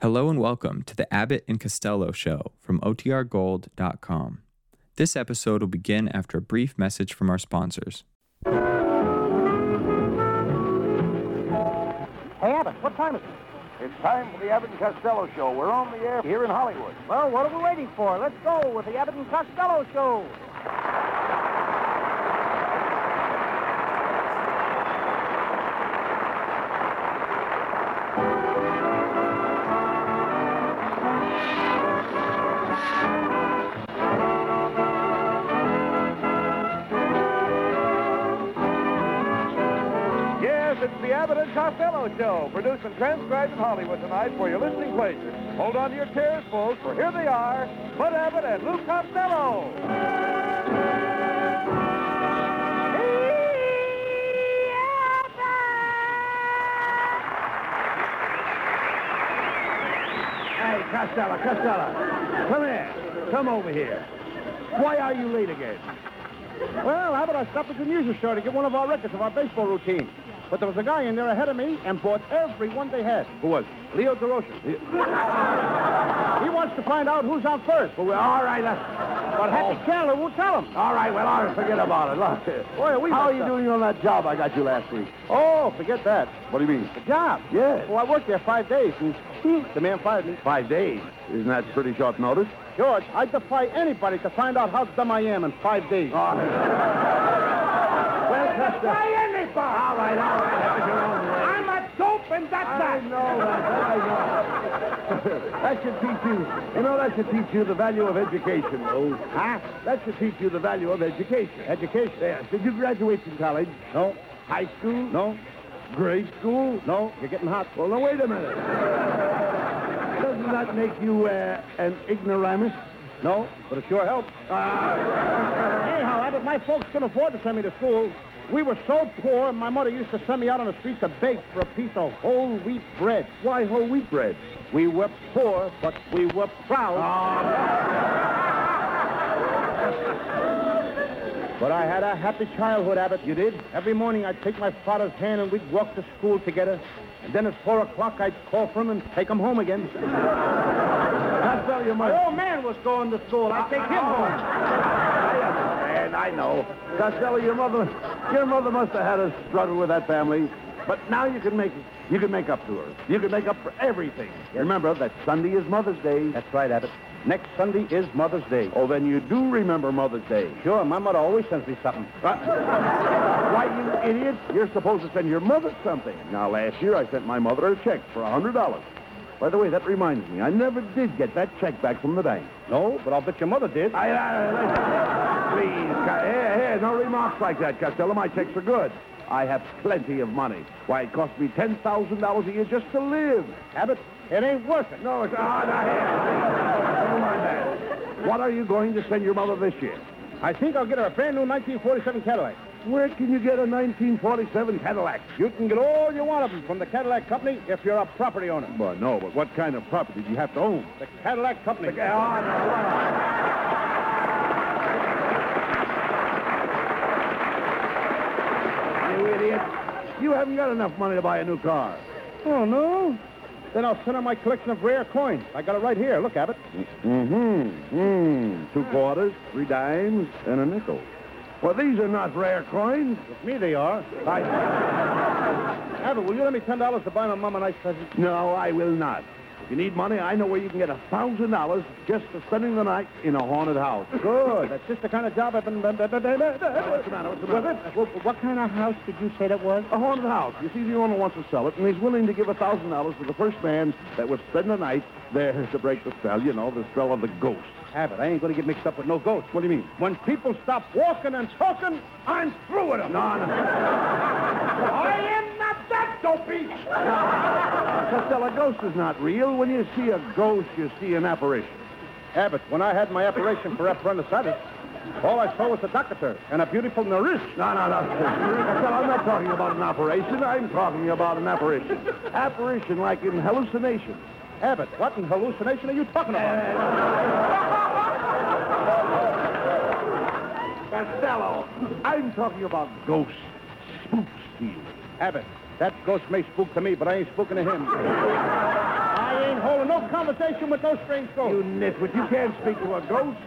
Hello and welcome to the Abbott and Costello Show from OTRGold.com. This episode will begin after a brief message from our sponsors. Hey, Abbott, what time is it? It's time for the Abbott and Costello Show. We're on the air here in Hollywood. Well, what are we waiting for? Let's go with the Abbott and Costello Show. Yes, it's the Abbott and Costello Show, produced and transcribed in Hollywood tonight for your listening pleasure. Hold on to your chairs, folks, for here they are, Bud Abbott and Lou Costello. Hey, Costello, Costello. Come here. Come over here. Why are you late again? Well, Abbott, I stopped at the music store to get one of our records of our baseball routine. But there was a guy in there ahead of me and bought every one they had. Who was? Leo DeRosa. He wants to find out who's out first. Well, well, all right, let's... But Happy Chandler won't tell him. Oh. All right, well, all right, forget about it. Look, Boy, are we how are messed you up. doing on that job I got you last week? Oh, forget that. What do you mean? The job. Yes. Well, I worked there five days, and he, the man fired me. Five days. Isn't that pretty short notice? George, I defy anybody to find out how dumb I am in five days. All right. well, Costello. All right, all right. Have it your own way. I'm a dope and that's I that. know that. I know. that should teach you. You know, that should teach you the value of education, Lou. Oh, Huh? That should teach you the value of education. Education? Yes. Did you graduate from college? No. High school? No. Grade school? No. You're getting hot. Well, now, wait a minute. Doesn't that make you uh, an ignoramus? Ah. No, but it sure helps. Anyhow, Abbott, my folks couldn't afford to send me to school. We were so poor, my mother used to send me out on the street to beg for a piece of whole wheat bread. Why whole wheat bread? We were poor, but we were proud. Ah. But I had a happy childhood, Abbott. You did? Every morning I'd take my father's hand and we'd walk to school together. And then at four o'clock I'd call for him and take him home again. That's all you My old man was going to school. I'd take him home. And I know. Costello, your mother, your mother must have had a struggle with that family. But now you can make, you can make up to her. You can make up for everything. Remember that Sunday is Mother's Day. That's right, Abbott. Next Sunday is Mother's Day. Oh, then you do remember Mother's Day. Sure, my mother always sends me something. Uh, why, you idiot! You're supposed to send your mother something. Now, last year I sent my mother a check for a hundred dollars. By the way, that reminds me, I never did get that check back from the bank. No, but I'll bet your mother did. I, I, I- please, Co- here, here, no remarks like that, Costello. My checks are good. I have plenty of money. Why, it cost me ten thousand dollars a year just to live. Abbott, it ain't worth it. No, it's ah, now, here. Never mind that. What are you going to send your mother this year? I think I'll get her a brand new 1947 Cadillac. Where can you get a 1947 Cadillac? You can get all you want of them from the Cadillac Company if you're a property owner. Well, no, but what kind of property do you have to own? Ah, The Cadillac Company. You idiot. You haven't got enough money to buy a new car. Oh, no? Then I'll send her my collection of rare coins. I got it right here. Look, Abbott. Mm-hmm. Mm. Two quarters, three dimes, and a nickel. Well, these are not rare coins. With me, they are. I... Abbott, will you lend me $10 to buy my mom a nice present? No, I will not. If you need money, I know where you can get a thousand dollars just for spending the night in a haunted house. Good. That's just the kind of job I've been... What's the matter? What's the matter? What kind of house did you say that was? A haunted house. You see, the owner wants to sell it, and he's willing to give a thousand dollars to the first man that will spend the night there to break the spell. You know, the spell of the ghost. Abbott, I ain't going to get mixed up with no ghosts. What do you mean? When people stop walking and talking, I'm through with them. No, no, no. I am not that dopey. Costello, a ghost is not real. When you see a ghost, you see an apparition. Abbott, when I had my operation for appendicitis, all I saw was a doctor and a beautiful nurse. No, no, no. Costello, I'm not talking about an operation. I'm talking about an apparition. Apparition like in hallucination. Abbott, what in hallucination are you talking Uh, about? Costello, I'm talking about ghosts. Spooks to you. Abbott, that ghost may spook to me, but I ain't spooking to him. I ain't holding no conversation with those strange ghosts. You nitwit, you can't speak to a ghost.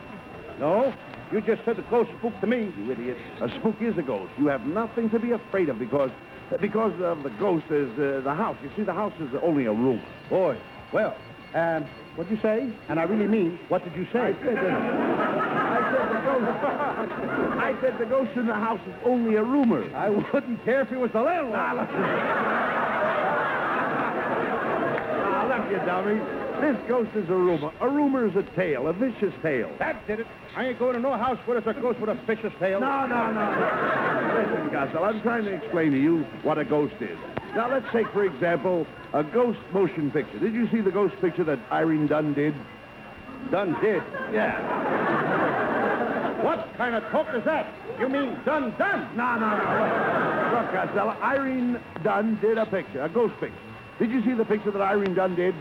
No, you just said the ghost spooked to me, you idiot. A spook is a ghost. You have nothing to be afraid of because because of the ghost is uh, the house. You see, the house is only a room. Boy, well, um, what'd you say? And I really mean, what did you say? I said the, I said the ghost. I said the ghost in the house is only a rumor. I wouldn't care if it was the landlord. Now, look. Now, Ah, look, you dummy. This ghost is a rumor. A rumor is a tale, a vicious tale. That did it. I ain't going to no house where there's a ghost with a vicious tail. No, no, no. Listen, Costello, I'm trying to explain to you what a ghost is. Now, let's take, for example, a ghost motion picture. Did you see the ghost picture that Irene Dunn did? Dunn did. Yeah. What kind of talk is that? You mean done done? No, no, no. Look, Costello, Irene Dunn did a picture, a ghost picture. Did you see the picture that Irene Dunn did?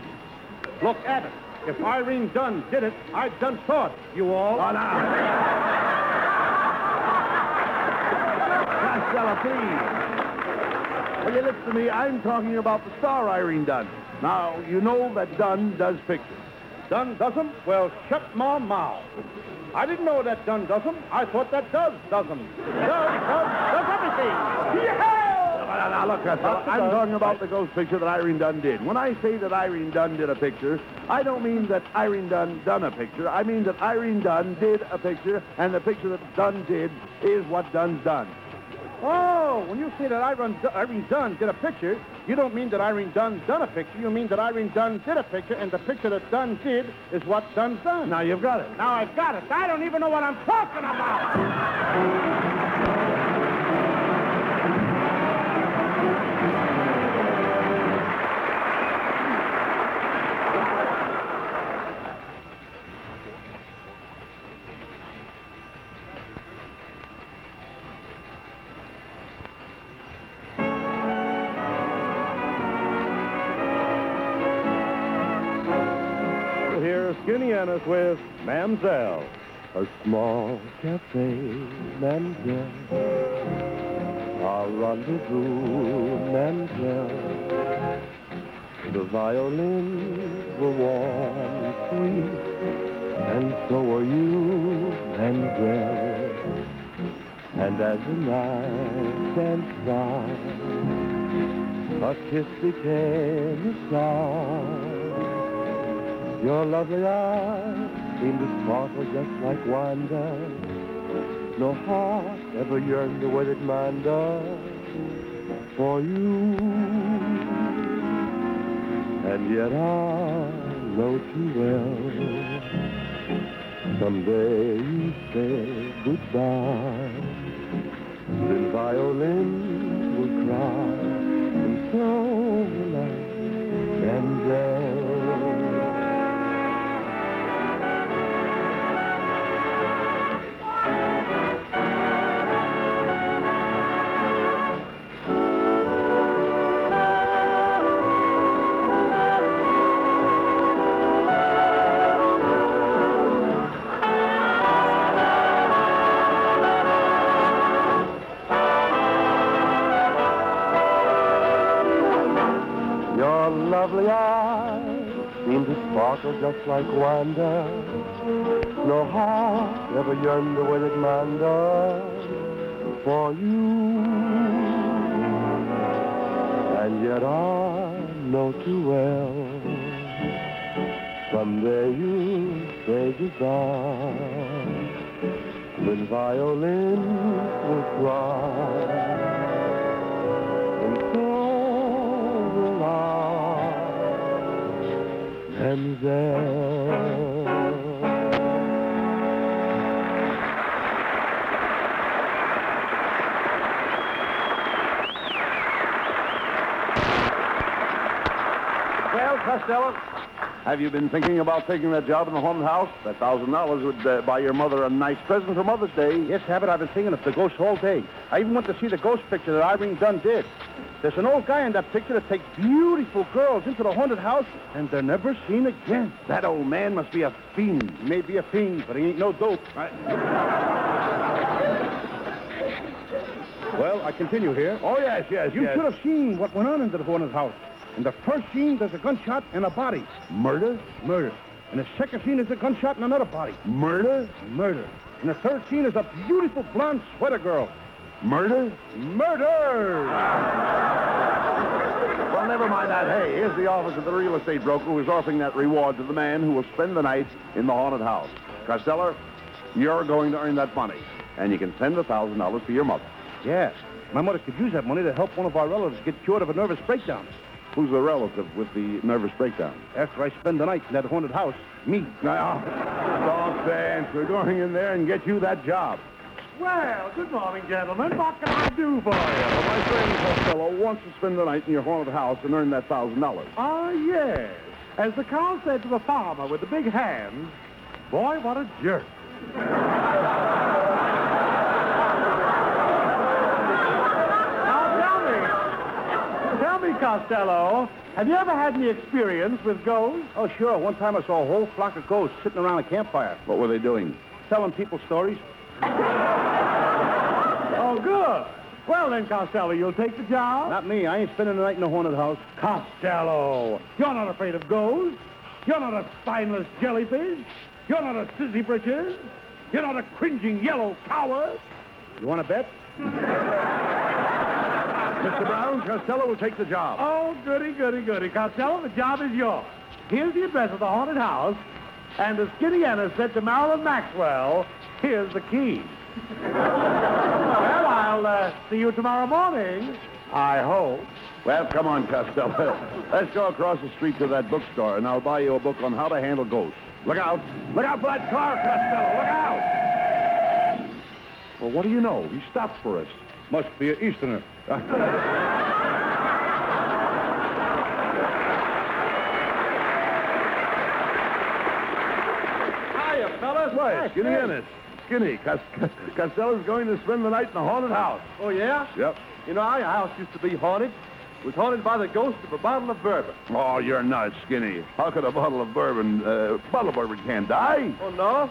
Look at it. If Irene Dunn did it, I done saw it. You all. Oh, no. Costello, please. Will you listen to me? I'm talking about the star Irene Dunn. Now, you know that Dunn does pictures. Dunn does 'em? Well, shut my mouth. I didn't know that Dunn does 'em. I thought that does does 'em. Does, does, does everything. Yeah! Now, now, look, Costello, Lots of I'm Dunn. talking about the ghost picture that Irene Dunn did. When I say that Irene Dunn did a picture, I don't mean that Irene Dunn done a picture. I mean that Irene Dunn did a picture, and the picture that Dunn did is what Dunn's done. Oh, when you say that Irene, D- Irene Dunn did a picture, you don't mean that Irene Dunn done a picture. You mean that Irene Dunn did a picture, and the picture that Dunn did is what Dunn done. Now, you've got it. Now I've got it. I don't even know what I'm talking about. Here's Skinny Ennis with Mamselle. A small cafe, Mamselle. A rendezvous, Mamselle. The violins were warm and sweet, and so were you, Mamselle. And as the night danced on, a kiss became a song. Your lovely eyes seem to sparkle just like wine does. No heart ever yearned the way that mine does for you. And yet I know too well someday you say goodbye. Then violins will cry and so will I and there. Your lovely eyes seem to sparkle just like wine does. No heart ever yearned the way that mine does for you. And yet I know too well someday you'll say goodbye. When violins will cry and so will I, and there. Well, Costello, have you been thinking about taking that job in the haunted house? That thousand dollars would uh, buy your mother a nice present for Mother's Day. Yes, Habit, I've been thinking of the ghost all day. I even went to see the ghost picture that Irene Dunn did. There's an old guy in that picture that takes beautiful girls into the haunted house, and they're never seen again. That old man must be a fiend. He may be a fiend, but he ain't no dope. Well, I continue here. Oh yes, yes. Oh, You should have seen what went on in the haunted house. In the first scene, there's a gunshot and a body. Murder? Murder. In the second scene, there's a gunshot and another body. Murder? Murder. In the third scene is a beautiful blonde sweater girl. Murder? Murder! Well, never mind that. Hey, here's the office of the real estate broker who's offering that reward to the man who will spend the night in the haunted house. Costello, you're going to earn that money, and you can send a thousand dollars to your mother. Yes. My mother could use that money to help one of our relatives get cured of a nervous breakdown. Who's the relative with the nervous breakdown? After I spend the night in that haunted house, me. Now, nonsense. We're going in there and get you that job. Well, good morning, gentlemen. What can I do for you? Well, my friend Costello wants to spend the night in your haunted house and earn that thousand dollars. Ah, yes. As the cow said to the farmer with the big hands, boy, what a jerk. now, tell me, tell me, Costello, have you ever had any experience with ghosts? Oh, sure. One time I saw a whole flock of ghosts sitting around a campfire, What were they doing? telling people stories. Oh, good. Well, then, Costello, you'll take the job? Not me. I ain't spending the night in the haunted house. Costello, you're not afraid of ghosts. You're not a spineless jellyfish. You're not a sissy britches. You're not a cringing yellow coward. You want to bet? Mr. Brown, Costello will take the job. Oh, goody, goody, goody. Costello, the job is yours. Here's the address of the haunted house. And as Skinny Anna said to Marilyn Maxwell, here's the key. well, I'll uh, see you tomorrow morning. I hope. Well, come on, Costello. Let's go across the street to that bookstore, and I'll buy you a book on how to handle ghosts. Look out. Look out for that car, Costello. Look out. Well, what do you know? He stopped for us. Must be an Easterner. Hiya, fellas. Why, Skinny Ennis. Skinny, Cos- Costello's going to spend the night in a haunted house. Oh, yeah? Yep. You know, our house used to be haunted. It was haunted by the ghost of a bottle of bourbon. Oh, you're nuts, Skinny. How could a bottle of bourbon, uh, bottle of bourbon can die? Oh, no?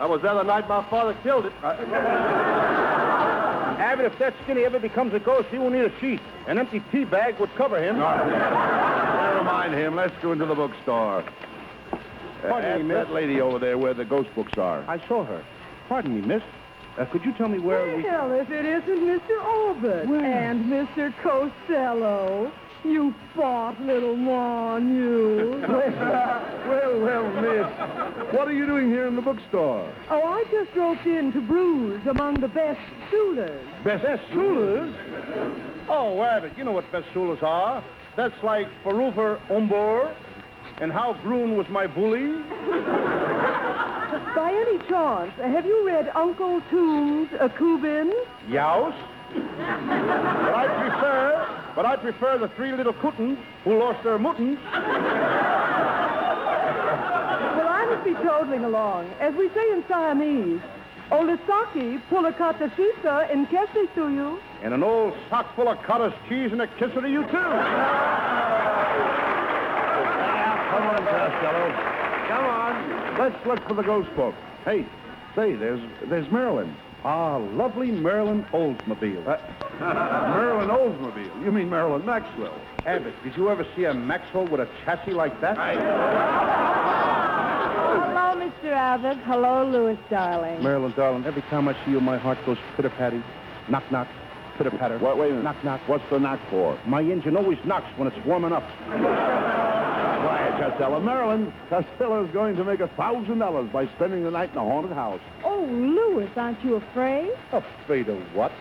I was there the night my father killed it. Abbott, if that skinny ever becomes a ghost, he will need a sheet. An empty tea bag would cover him. Never mind him. Let's go into the bookstore. Pardon me, Ask miss. that lady over there where the ghost books are. I saw her. Pardon me, miss. Uh, could you tell me where we... Well, if it isn't Mr. Orbit and Mr. Costello, you fought, little mon, you. Well, well, miss. What are you doing here in the bookstore? oh, I just roped in to bruise among the best suitors. Best Sulas? Oh, Abbott, you know what Best Sulas are. That's like Farufer Umbor and How Grun Was My Bully. By any chance, have you read Uncle Toombs, a Cuban? Yaus. but I prefer, but I prefer the three little cootins who lost their muttons. Well, I must be toddling along. As we say in Siamese, Olisaki pulakatashisa in kesi suyu. And an old sock full of cottage cheese and a kiss to you, too. Come on, Costello. Come on. Let's look for the ghost book. Hey, say, there's there's Marilyn. Ah, lovely Maryland Oldsmobile. Uh, Marilyn Oldsmobile. You mean Marilyn Maxwell? Abbott, did you ever see a Maxwell with a chassis like that? Hello, Mr. Abbott. Hello, Louis, darling. Marilyn, darling, every time I see you, my heart goes pitter-patty. Knock, knock, pitter-patter. Wait, wait a minute. Knock, knock. What's the knock for? My engine always knocks when it's warming up. Quiet, Costello. Marilyn, Costello's going to make a thousand dollars by spending the night in a haunted house. Oh, Louis, aren't you afraid? Afraid of what?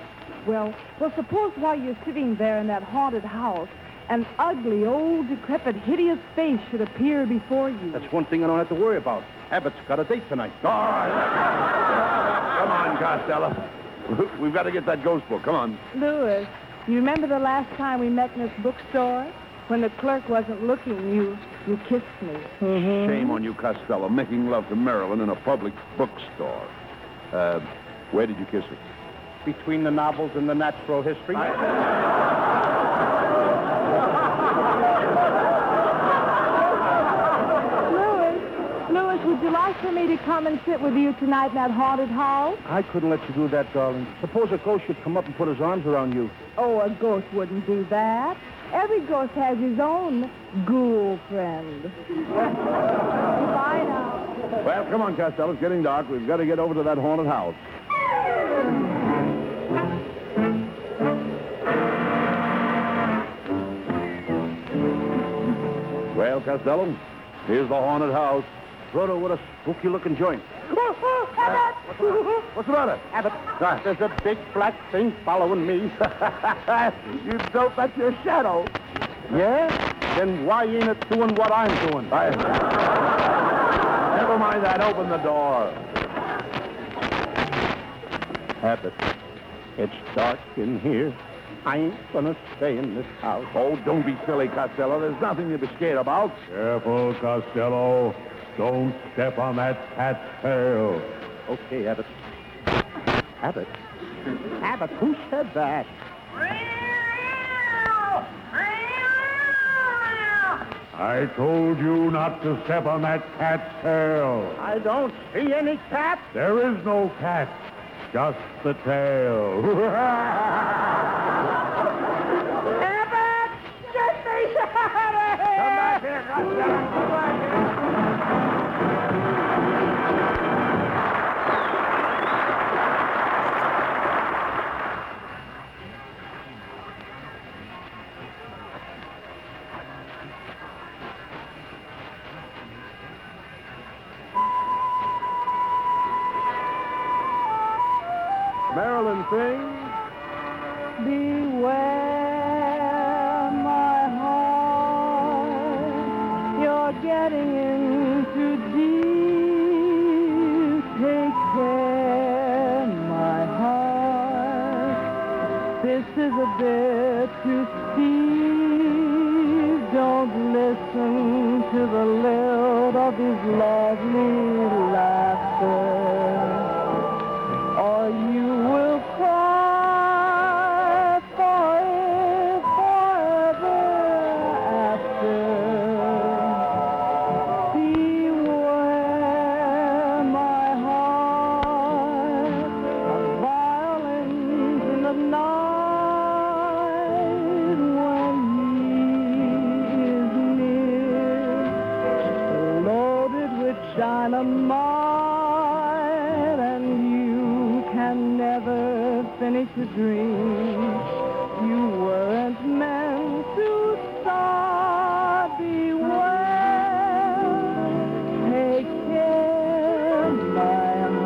Well, well, suppose while you're sitting there in that haunted house, an ugly, old, decrepit, hideous face should appear before you. That's one thing I don't have to worry about. Abbott's got a date tonight. All right. Come on, Costello. We've got to get that ghost book. Come on. Louis, you remember the last time we met in this bookstore? When the clerk wasn't looking, you you kissed me. Hmm. Shame on you, Costello, making love to Marilyn in a public bookstore. Uh, where did you kiss her? Between the novels and the natural history. Louis, Louis, would you like for me to come and sit with you tonight in that haunted house? I couldn't let you do that, darling. Suppose a ghost should come up and put his arms around you. Oh, a ghost wouldn't do that. Every ghost has his own ghoul friend. Bye now. Well, come on, Costello. It's getting dark. We've got to get over to that haunted house. Well, Costello, here's the haunted house. Rhoda, what a spooky looking joint. What's the matter? Abbott, there's a big black thing following me. you don't let your shadow. Yeah? Then why ain't it doing what I'm doing? Never mind that. Open the door. Abbott, it's dark in here. I ain't gonna stay in this house. Oh, don't be silly, Costello. There's nothing to be scared about. Careful, Costello. Don't step on that cat's tail. Okay, Abbott. Abbott? Abbott, who said that? I told you not to step on that cat's tail. I don't see any cat. There is no cat, just the tail. Marilyn Thing? Beware, my heart, you're getting into deep. Take care, my heart, this is a bit too steep. Don't listen to the lilt of his lovely laughter or you will cry forever, forever after. Beware, my heart, of violence in the night when he is near loaded with dynamite, and you can never finish a dream. You weren't meant to start. Beware, take care, my heart.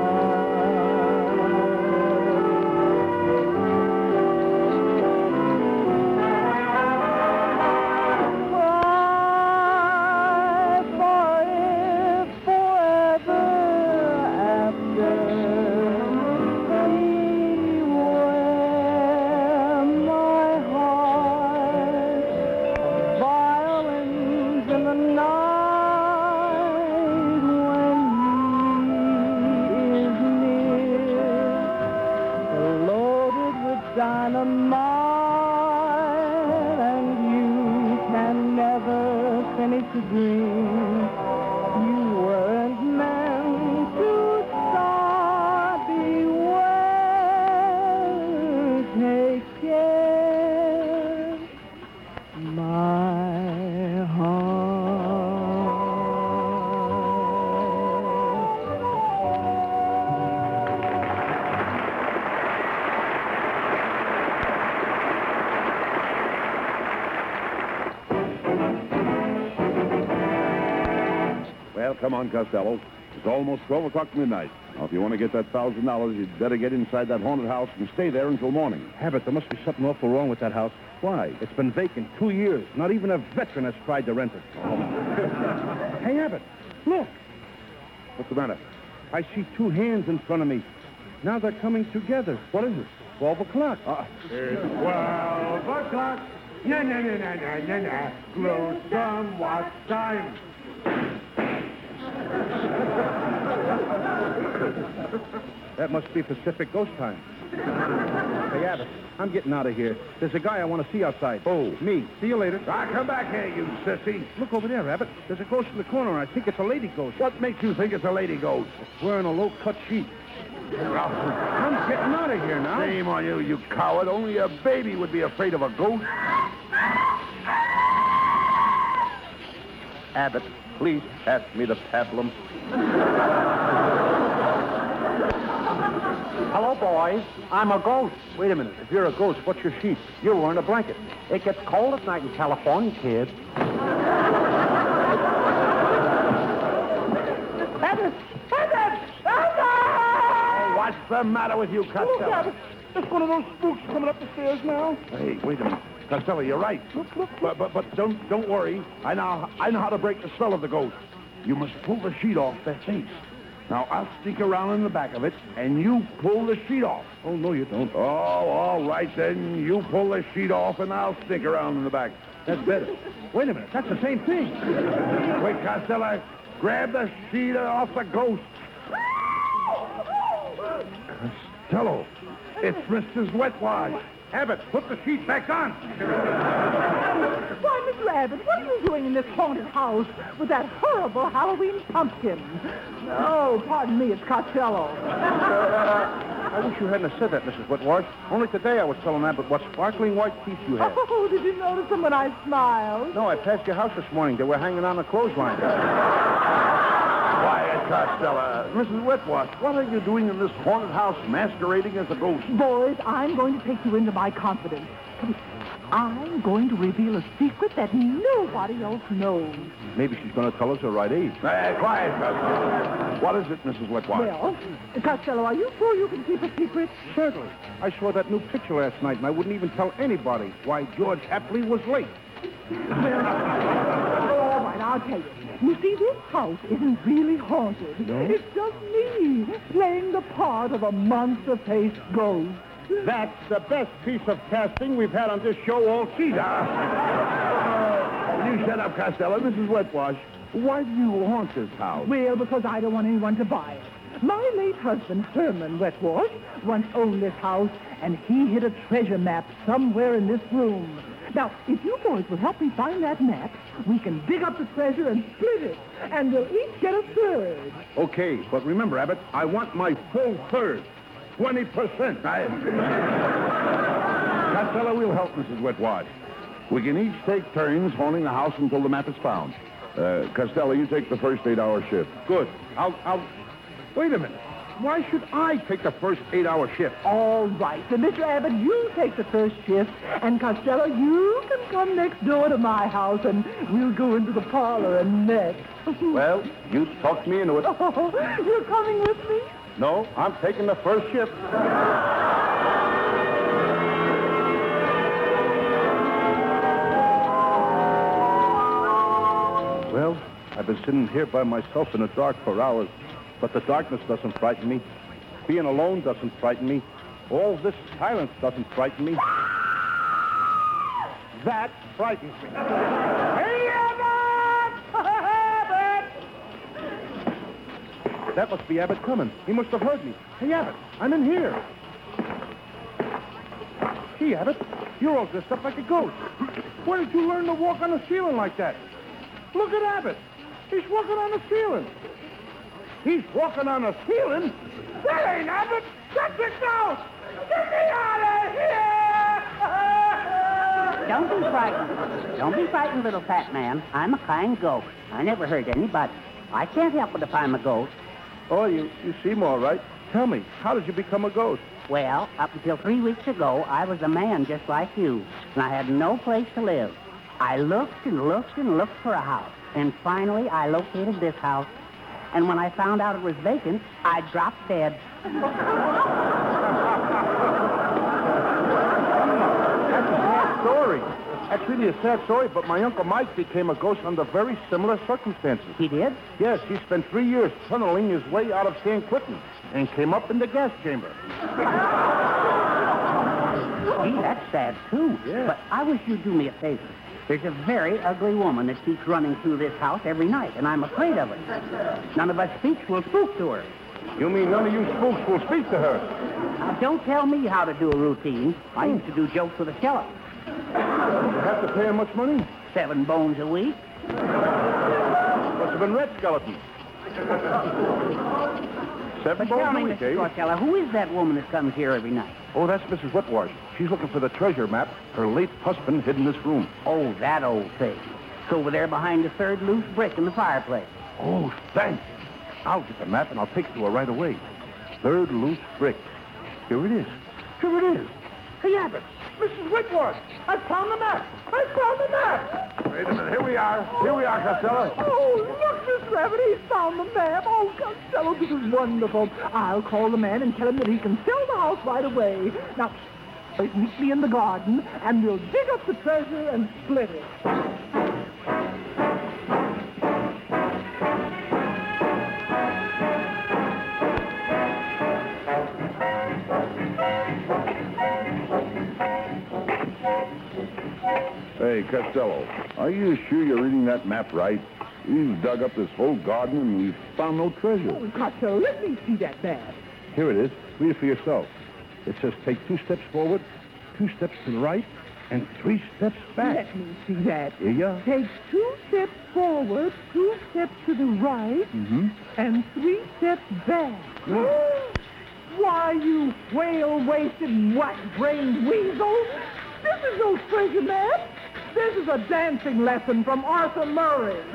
loaded with dynamite, and you can never finish a dream. You weren't meant to start. Beware, take care, my heart. Well, come on, Costello. It's almost 12 o'clock midnight. Now, if you want to get that $1,000, you'd better get inside that haunted house and stay there until morning. Abbott, there must be something awful wrong with that house. Why? It's been vacant two years. Not even a veteran has tried to rent it. hey, Abbott, look. Oh. What's the matter? I see two hands in front of me. Now they're coming together. What is it? 12 o'clock. Uh, It's 12 o'clock. Na na na na na na na. Glow some watch time. that must be Pacific Ghost Time. hey, Abbott, I'm getting out of here. There's a guy I want to see outside. Oh. Me. See you later. Ah, come back here, you sissy. Look over there, Abbott. There's a ghost in the corner. I think it's a lady ghost. What makes you think it's a lady ghost? Wearing a low-cut sheet. I'm getting out of here now. Shame on you, you coward. Only a baby would be afraid of a ghost. Abbott, please pass me the pablum. Hello, boys. I'm a ghost. Wait a minute. If you're a ghost, what's your sheet? You're wearing a blanket. It gets cold at night in California, kid. Abbott! Abbott! Abbott! What's the matter with you, Look, Costello? Abbott! It's one of those spooks coming up the stairs now. Hey, wait a minute. Costello, you're right. But, but, but don't, don't worry. I know, I know how to break the spell of the ghost. You must pull the sheet off their face. Now, I'll sneak around in the back of it, and you pull the sheet off. Oh, no, you don't. Oh, all right, then. You pull the sheet off, and I'll sneak around in the back. That's better. Wait a minute. That's the same thing. Quick, Costello. Grab the sheet off the ghost. Costello, it's Mrs. Wetwash. Abbott, put the sheet back on. Why, Mr. Abbott, what are you doing in this haunted house with that horrible Halloween pumpkin? Oh, pardon me, it's Costello. I wish you hadn't have said that, Mrs. Whitwash. Only today I was telling Abbott what sparkling white teeth you had. Oh, did you notice them when I smiled? No, I passed your house this morning. They were hanging on a clothesline. Quiet, Costello. Mrs. Wetwash, what are you doing in this haunted house masquerading as a ghost? Boys, I'm going to take you into my confidence. Come here. I'm going to reveal a secret that nobody else knows. Maybe she's going to tell us her right age. Hey, Uh, quiet, Costello. What is it, Mrs. Wetwash? Well, Costello, are you sure you can keep a secret? Certainly. I saw that new picture last night, and I wouldn't even tell anybody why George Hapley was late. Oh, all right, I'll tell you. You see, this house isn't really haunted. It's just me playing the part of a monster-faced ghost. That's the best piece of casting we've had on this show all season. Uh, you shut up, Costello. Mrs. Wetwash, why do you haunt this house? Well, because I don't want anyone to buy it. My late husband, Herman Wetwash, once owned this house, and he hid a treasure map somewhere in this room. Now, if you boys will help me find that map, we can dig up the treasure and split it, and we'll each get a third. Okay, but remember, Abbott, I want my full third. 20%. I... Costello, we'll help Mrs. Wetwash. We can each take turns haunting the house until the map is found. Uh, Costello, you take the first eight-hour shift. Good. I'll, I'll... Wait a minute. Why should I take the first eight-hour shift? All right, so Mr. Abbott, you take the first shift, and Costello, you can come next door to my house, and we'll go into the parlor and next. Well, you talked me into it. Oh, you're coming with me? No, I'm taking the first shift. Well, I've been sitting here by myself in the dark for hours, but the darkness doesn't frighten me. Being alone doesn't frighten me. All this silence doesn't frighten me. That frightens me. That must be Abbott coming. He must have heard me. Hey, Abbott, I'm in here. Hey, Abbott, you're all dressed up like a ghost. Where did you learn to walk on the ceiling like that? Look at Abbott. He's walking on the ceiling. He's walking on the ceiling? That ain't Abbott. That's a ghost. Get me out of here! Don't be frightened. Don't be frightened, little fat man. I'm a kind ghost. I never hurt anybody. I can't help it if I'm a ghost. Oh, you, you seem all right. Tell me, how did you become a ghost? Well, up until three weeks ago, I was a man just like you, and I had no place to live. I looked and looked and looked for a house, and finally I located this house. And when I found out it was vacant, I dropped dead. Story. That's really a sad story, but my Uncle Mike became a ghost under very similar circumstances. He did? Yes, he spent three years tunneling his way out of San Quentin and came up in the gas chamber. Gee, that's sad, too. But I wish you'd do me a favor. There's a very ugly woman that keeps running through this house every night, and I'm afraid of her. None of us speaks will spook to her. You mean none of you spooks will speak to her? Now, don't tell me how to do a routine. I used to do jokes with a sheriff. You have to pay her much money? Seven bones a week. Must have been red skeletons. Seven But bones tell me, a week, Mr. eh? Costello, who is that woman that comes here every night? Oh, that's Mrs. Whitwash. She's looking for the treasure map her late husband hid in this room. Oh, that old thing. It's over there behind the third loose brick in the fireplace. Oh, thanks. I'll get the map and I'll take you to her right away. Third loose brick. Here it is. Here it is. Hey, Abbott, Mrs. Whitworth, I found the map. I found the map. Wait a minute. Here we are. Here we are, Costello. Oh, look, Miss Rabbit, he's found the map. Oh, Costello, this is wonderful. I'll call the man and tell him that he can sell the house right away. Now, please meet me in the garden, and we'll dig up the treasure and split it. Hey, Costello, are you sure you're reading that map right? We've dug up this whole garden and we've found no treasure. Oh, Costello, let me see that map. Here it is. Read it for yourself. It says take two steps forward, two steps to the right, and three steps back. Let me see that. Here you are. Take two steps forward, two steps to the right, Mm-hmm. and three steps back. Why, you whale-wasted, white-brained weasel! This is no treasure map. This is a dancing lesson from Arthur Murray.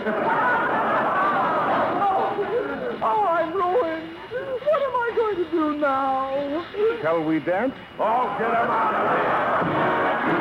oh, oh, I'm ruined. What am I going to do now? Shall we dance? Oh, get him out of here!